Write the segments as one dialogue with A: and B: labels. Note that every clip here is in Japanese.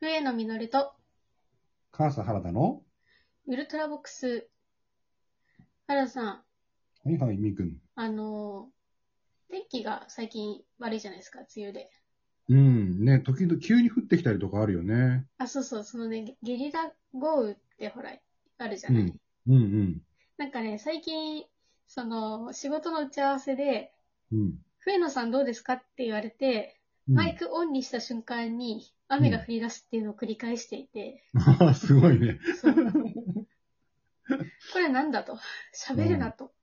A: 上野実と
B: 関西原田の、
A: ウルトラボックス。原田さん、
B: はいはい、みーくん。
A: あのー天気が最近悪いじゃないですか、梅雨で。
B: うん、ね、時々急に降ってきたりとかあるよね。
A: あ、そうそう、そのね、ゲゲリラ豪雨ってほら、あるじゃ
B: う
A: ない。
B: ん。うん
A: なんかね、最近、その、仕事の打ち合わせで、
B: うん。うん。
A: 冬野さんどうですかって言われて、
B: うん
A: マイクオンにした瞬間に雨が降り出すっていうのを繰り返していて、
B: ああ、 すごいね。
A: そうこれなんだと、喋るなと、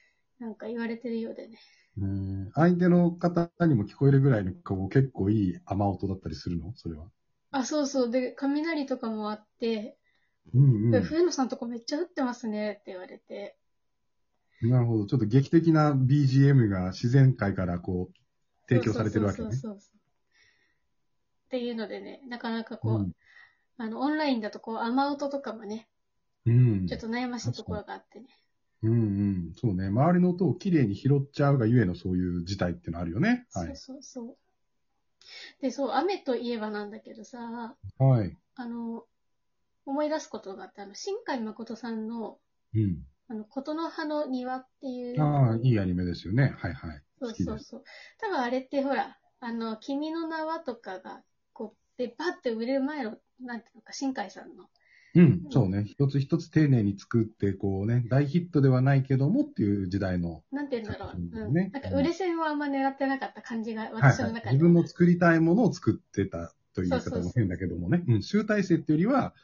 A: なんか言われてるようでね。
B: うん、ね相手の方にも聞こえるぐらいのこう結構いい雨音だったりするのそれは。
A: あ、そうそう。で、雷とかもあって、
B: うんう
A: 冬野さんとこめっちゃ降ってますねって言われて。
B: ん。なるほど。ちょっと劇的な BGM が自然界からこう、提供されてるわけね
A: そう。そうそうそうっていうのでね、なかなかこう、
B: うん。
A: あの、オンラインだとこう、雨音とかもね、
B: うん
A: ちょっと悩ましいところがあってね。
B: うんうん。そうね。周りの音をきれいに拾っちゃうがゆえのそういう事態ってのあるよね。は
A: そう
B: い。
A: そうそう。で、そう、雨といえばなんだけどさ、
B: はい。
A: あの、思い出すことがあって、あの、新海誠さんの、
B: うん。
A: あの、琴の葉の庭っていう、
B: ああ、いいアニメですよね。はいはい。
A: そう
B: 好き
A: そ
B: で
A: う
B: す。
A: そう。多分あれってほら、あの、君の名はとかが、こう、で、パッて売れる前の、なんていうのか、新海さんの。
B: うん、そうね。一つ一つ丁寧に作って、こうね、大ヒットではないけどもっていう時代の、
A: なんて言うんだろう。うん。
B: ね
A: なんか、売れ線はあんま狙ってなかった感じが、
B: はい
A: 私
B: は
A: の
B: い
A: 中で。
B: 自分の作りたいものを作ってたという言い
A: そうそ
B: 方
A: うそ
B: も
A: う
B: 変だけどもね。うん、集大成っていうよりは、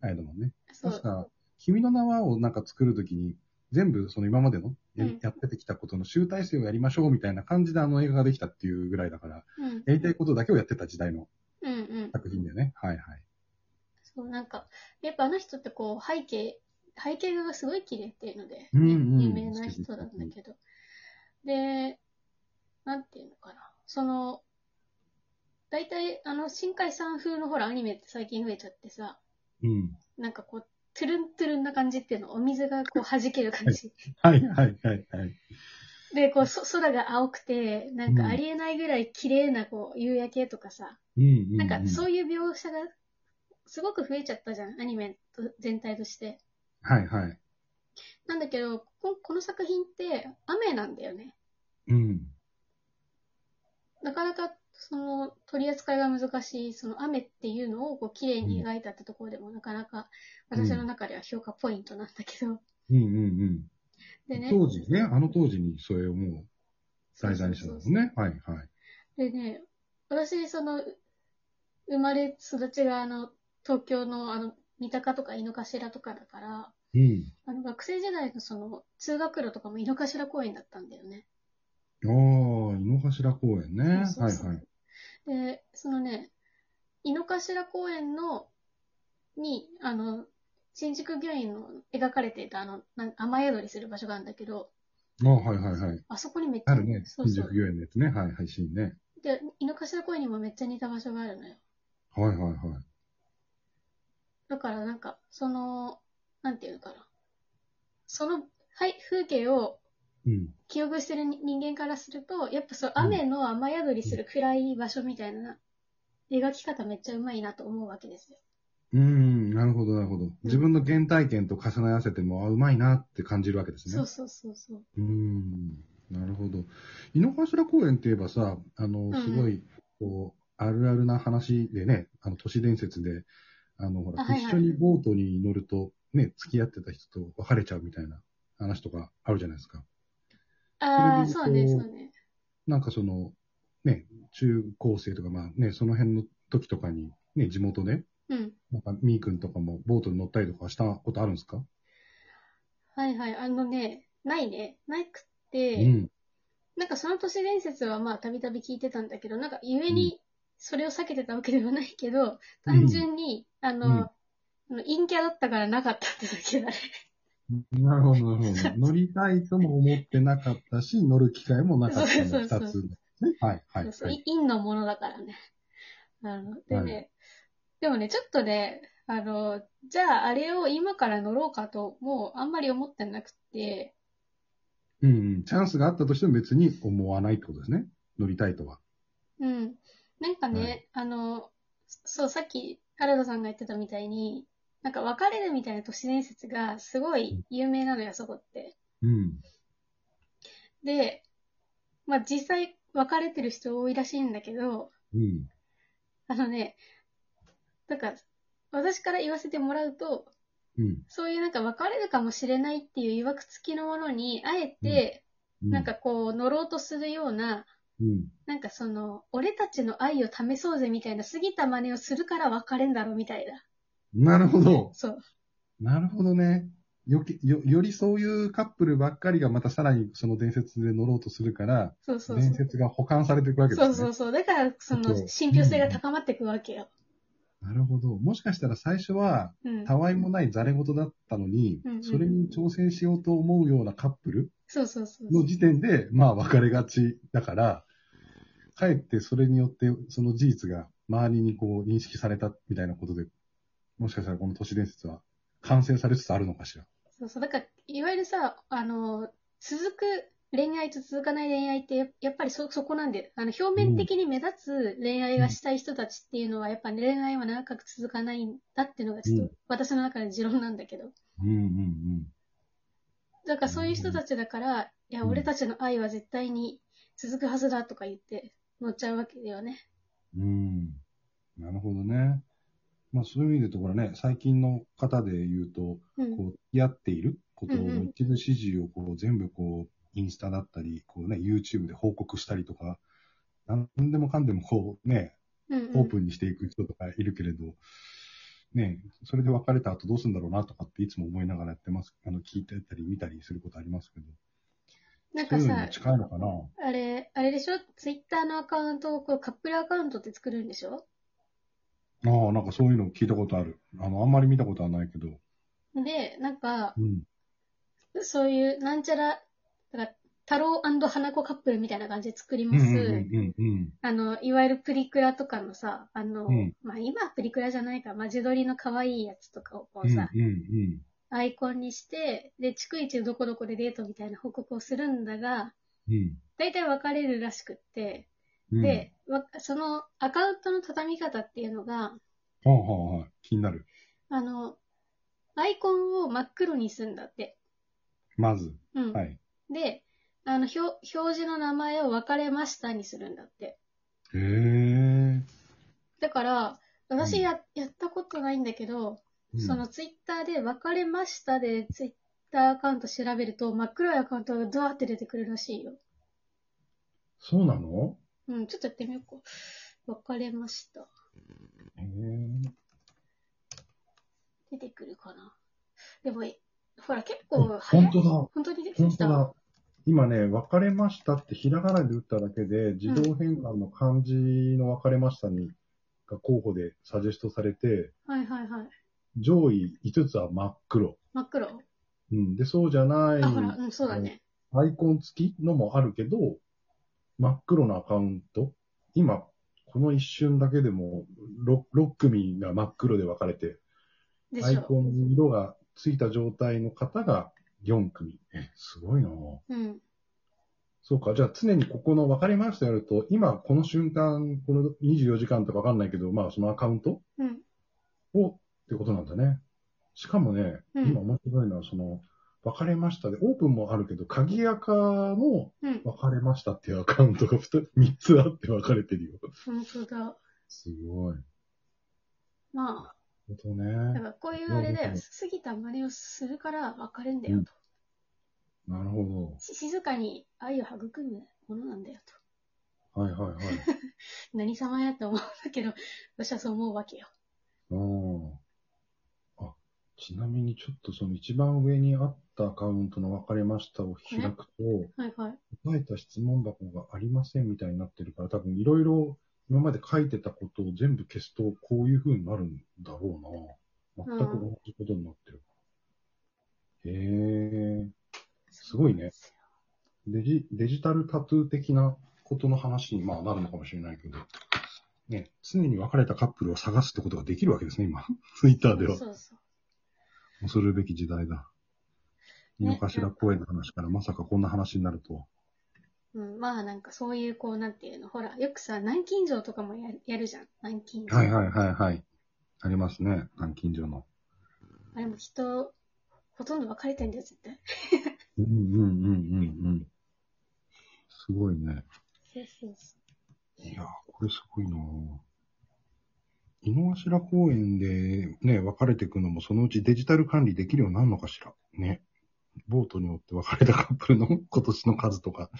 B: あれだもんね。
A: そ
B: 確
A: う。
B: か、君の名はをなんか作るときに、全部その今までのや,、
A: うん
B: やってきたことの集大成をやりましょうみたいな感じであの映画ができたっていうぐらいだから、
A: うん。
B: やりたいことだけをやってた時代の
A: うんうん。
B: 作品だよね。はいはい。
A: そう、なんか、やっぱあの人ってこう、背景、背景画がすごい綺麗っていうので、ね
B: うんうん
A: 有名な人なんだけど。で、なんていうのかな。その、大体、あの、新海さん風のほら、アニメって最近増えちゃってさ、
B: うん。
A: なんかこう、トゥルントゥルンな感じっていうの、お水がこう弾ける感じ。
B: はいはいはいはい。
A: で、こう、そ空が青くて、なんか
B: うん
A: ありえないぐらい綺麗なこう、夕焼けとかさ、
B: うんうん、うん。
A: なんかそういう描写がすごく増えちゃったじゃん、アニメと全体として。
B: はいはい。
A: なんだけど、ここの作品って雨なんだよね。
B: うん。
A: なかなかその取り扱いが難しい、その雨っていうのをこう綺麗に描いたってところでも、なかなか私の中では評価ポイントなんだけど。
B: うんうんうん。
A: でね。
B: 当時ね、あの当時にそれをもう題材にしたんですね。はいは
A: で
B: い。
A: ね、私、その、生まれ育ちが、あの、東京の、あの、三鷹とか井の頭とかだから、
B: う
A: あの、学生時代のその、通学路とかも井の頭公園だったんだよね。
B: ん。ああ、井の頭公園ね。
A: そうそうそう
B: はいはい。
A: で、そのね、井の頭公園の、に、あの、新宿御苑の描かれていた、あの、なん雨宿りする場所があるんだけど、
B: ああ、はいはいはい。
A: あそこにめっちゃ、
B: あるね。
A: そう
B: 新
A: そ
B: 宿
A: う。
B: 御苑のやつね。はいはい、シーンね。
A: で、井の頭公園にもめっちゃ似た場所があるのよ。
B: はいはいはい。
A: だからなんか、その、なんていうのかな。その、はい、風景を
B: うん。
A: 記憶してる人人間からすると、やっぱそう、雨の雨宿りする暗い場所みたいな、描き方めっちゃうまいなと思うわけですよ。
B: うん、なるほどなるほど。自分の原体験と重ね合わせても、あ、うまいなって感じるわけですね。
A: そうそうそうそう。
B: うん、なるほど。井の頭公園って言えばさ、あ
A: ん
B: の、すごい、こう、あるあるな話でね、あの、都市伝説で、あの、ほら
A: あ、はいはい
B: 一緒にボートに乗ると、ね、付き合ってた人と別れちゃうみたいな話とかあるじゃないですか。
A: ああ、そ
B: そうれで
A: ね、
B: 言
A: そう
B: と
A: うね。
B: なんかその、ね、中高生とか、まあね、その辺の時とかに、ね、地元で、
A: うん。
B: なんか、みーくんとかもボートに乗ったりとかしたことあるんですか
A: はいはい。あのね、ないね。なく
B: う
A: て、
B: ん。
A: なんかその都市伝説はまあたびたび聞いてたんだけど、なんか故にそれを避けてたわけではないけど、単純に、あの、
B: うん
A: あの陰キャだったからなかったってだけだね。
B: なるほど、なるほ ど。乗りたいとも思ってなかったし、乗る機会もなかったの
A: そうそうそう
B: 二つ。ねはい、はい、
A: そうそう
B: はい。
A: 陰のものだからね。あのでね、
B: は
A: でもね、ちょっとね、あの、じゃああれを今から乗ろうかと、もうあんまり思ってなくて、
B: うんうん。チャンスがあったとしても別に思わないってことですね。乗りたいとは。
A: うん。なんかね、
B: は
A: あの、そう、さっき原田さんが言ってたみたいに、なんか別れるみたいな都市伝説がすごい有名なのよ、あそこって。
B: うん。
A: で、まあ実際別れてる人多いらしいんだけど、
B: うん。
A: あのね、なんか私から言わせてもらうと、
B: うん。
A: そういうなんか別れるかもしれないっていう曰く付きのものに、あえて、
B: う
A: なんか、こう乗ろうとするような、
B: うん。
A: なんかその、俺たちの愛を試そうぜみたいな過ぎた真似をするから別れんだろうみたいな。
B: なるほど。
A: そう。
B: なるほどね。よき、よ、よりそういうカップルばっかりがまたさらにその伝説で乗ろうとするから、
A: そうそうそう
B: 伝。説が保管されていくわけです
A: そ
B: ね。
A: うそうそう。だから、そ
B: そ
A: の
B: う、
A: 信憑性が高まっていくわけよ。
B: なるほど。もしかしたら最初は、
A: うん。
B: たわいもないざれ事だったのに
A: うんうん、
B: それに挑戦しようと思うようなカップル
A: そうそうそう。
B: の時点で、まあ別れがちだから、かえってそれによってその事実が周りにこう認識されたみたいなことで、もしかしたらこの都市伝説は完成されつつあるのかしら。
A: そうそう。だから、いわゆるさ、あの、続く恋愛と続かない恋愛ってや、やっぱりそ、そこなんで、あの、表面的に目立つ恋愛がしたい人たちっていうのは、やっぱね恋愛は長く続かないんだっていうのが、ちょっと、私の中で持論なんだけど。
B: うんうん
A: だから、そういう人たちだから、いや、
B: うん
A: 俺たちの愛は絶対に続くはずだとか言って、乗っちゃうわけだよね。
B: うん。うん。なるほどね。まあそういう意味で言うところね、最近の方で言うと、
A: うん。
B: こう、やっていること
A: うんう
B: の
A: ん
B: 一部指示をこう、全部こう、インスタだったり、こうね、YouTube で報告したりとか、なんでもかんでもこうね、
A: うん、うん。
B: オープンにしていく人とかいるけれど、ね、それで別れた後どうするんだろうなとかっていつも思いながらやってます、あの、聞いてたり見たりすることありますけど、
A: なん
B: そ
A: か
B: ういうの
A: さ
B: に、近いのかな
A: あれ、あれでしょツイッターのアカウントをこうカップルアカウントって作るんでしょ
B: ああ、なんかそういうの聞いたことある。あの、あんまり見たことはないけど、
A: で、なんか、
B: うん。
A: そういう、なんちゃら、だから、太郎花子カップルみたいな感じで作り
B: うん
A: ま
B: う
A: す。
B: んうんうん
A: あの、いわゆるプリクラとかのさ、あの、
B: うん
A: まあ今はプリクラじゃないから、まあ自撮りの可愛いやつとかをこ
B: うん。
A: う
B: うん
A: さ、
B: うんうん。
A: アイコンにして、で、逐一どこどこでデートみたいな報告をするんだが、
B: うん
A: 大体別れるらしくって、
B: うん。
A: で、わそのアカウントの畳み方っていうのが、
B: はあはあはあ、気になる。
A: あの、アイコンを真っ黒にするんだって。
B: まず。
A: うん。
B: はい。
A: で、あの、表、表示の名前を別れましたにするんだって。
B: へえ。
A: だから、私
B: うん
A: や、やったことないんだけど、
B: うん
A: そのツイッターで別れましたでツイッターアカウント調べると真っ黒いアカウントがドワーって出てくるらしいよ。
B: そうなの
A: うん、ちょっとやってみようか。別れました。
B: へえ。
A: 出てくるかな。でも、えほら結構
B: あ
A: 早い。
B: 本当だ。
A: 本当に出て
B: 本
A: き
B: 当
A: た。
B: だ。今ね、別れましたってひらがなで打っただけで、自動変換の漢字の別れましたに、が候補でサジェストされて、
A: はいはいはい。
B: 上位5つは真っ黒。
A: 真っ黒。
B: うん。で、そうじゃない、
A: あ、ほら、うん、そうだね。
B: アイコン付きのもあるけど、真っ黒のアカウント。今、この一瞬だけでも6、6組が真っ黒で分かれて、
A: で
B: アイ
A: し
B: コ
A: ょ。
B: ンに色がついた状態の方が4組。え、すごいなぁ
A: うん。
B: そうか、じゃあ常にここの分かりましたやると、今この瞬間、この24時間とか分かんないけど、まあそのアカウント
A: うん。
B: をってことなんだね。しかもね、
A: うん
B: 今面白いのは、その、別れましたで、オープンもあるけど、鍵垢の
A: うん。
B: 別れましたっていうアカウントが3つあって分かれてるよ。
A: 本当だ。
B: すごい。
A: ま
B: 本当
A: あ、だ
B: ね。
A: からこういうあれだ
B: う
A: よ。
B: ん
A: 過ぎた真似をするから別れんだよ
B: うん
A: と。
B: なるほ
A: し静かに愛を育むものなんだよと。
B: ど。はい はいはい。
A: 何様やと思うんだけど、 私はそう思うわけよ。
B: うんあ、ちなみにちょっとその一番上にあったアカウントの分かれましたを開くと、
A: はいはい。
B: 答えた質問箱がありませんみたいになってるから、多分いろいろ今まで書いてたことを全部消すと、こういう風になるんだろうな。全く同じことになってる。へえ。すごいねデジ、デジタルタトゥー的なことの話に、まあ、なるのかもしれないけど、ね、常に別れたカップルを探すってことができるわけですね、今。 ツイッタ
A: そ
B: ー
A: う
B: では。
A: そうそう。
B: 恐るべき時代だ。井の頭公園の話からまさかこんな話になるとは。
A: ううん、まあなんかそういうこうなんていうの、ほら、よくさ、南京錠とかもややるじゃん。南京錠。
B: はいはいはいはい。ありますね、南京錠の。
A: あれも人、ほとんど別れてんだよ、絶対。
B: うんうんうんうんうん。すごいね。
A: そうそうそ
B: いやー、これすごいなぁ井の頭公園でね、分かれていくのも、そのうちデジタル管理できるようになるのかしら。ね。ボートによって別れたカップルの 今年の数とか、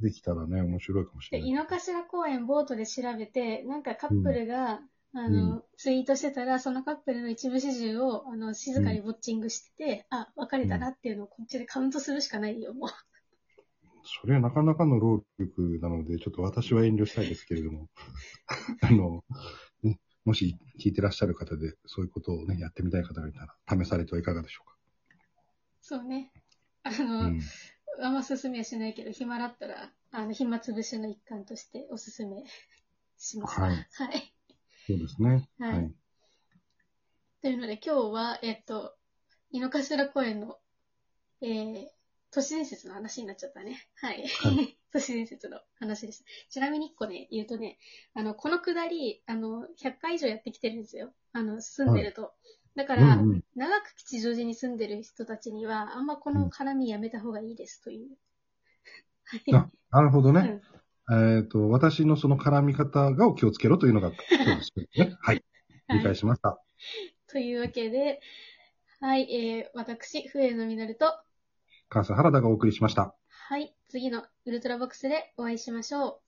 B: できたらね、面白いかもし
A: う。で、
B: れ
A: 井
B: ない。
A: の頭公園ボートで調べて、なんかカップルが、あの、ツイートしてたら、そのカップルの一部始終を、あの、静かにウォッチングしてて、あ、別れたなっていうのをこっちでカウントするしかないよ、もう。
B: それはなかなかの労力なので、ちょっと私は遠慮したいですけれども、 あの、ね、もし聞いてらっしゃる方で、そういうことをね、やってみたい方がいたら、試されてはいかがでしょ
A: そうね。あ
B: う
A: の、
B: か。うん。
A: あんま勧めはしないけど、暇だったら、あの、暇つぶしの一環としておすすめします。
B: はい
A: はい。
B: そうですね。
A: はい
B: はい。
A: というので、今日は、えっと、井の頭公園の、えー、都市伝説の話になっちゃったね。はい。
B: は
A: 都市伝説の話でした。ちなみに一個ね、言うとね、あの、このくだり、あの、100回以上やってきてるんですよ。あの、住んでると。だから、
B: うんうん、
A: 長く吉祥寺に住んでる人たちには、あんまこの絡みやめた方がいいです、という。はい。
B: なるほどね。
A: うん
B: えっ、と、私のその絡み方がお気をつけろというのが、そうですね。はい。理
A: は
B: 解
A: い、
B: しました。
A: というわけで、はい、えー、私、笛野実と、
B: 関西原田がお送りしました。
A: はい、次のウルトラボックスでお会いしましょう。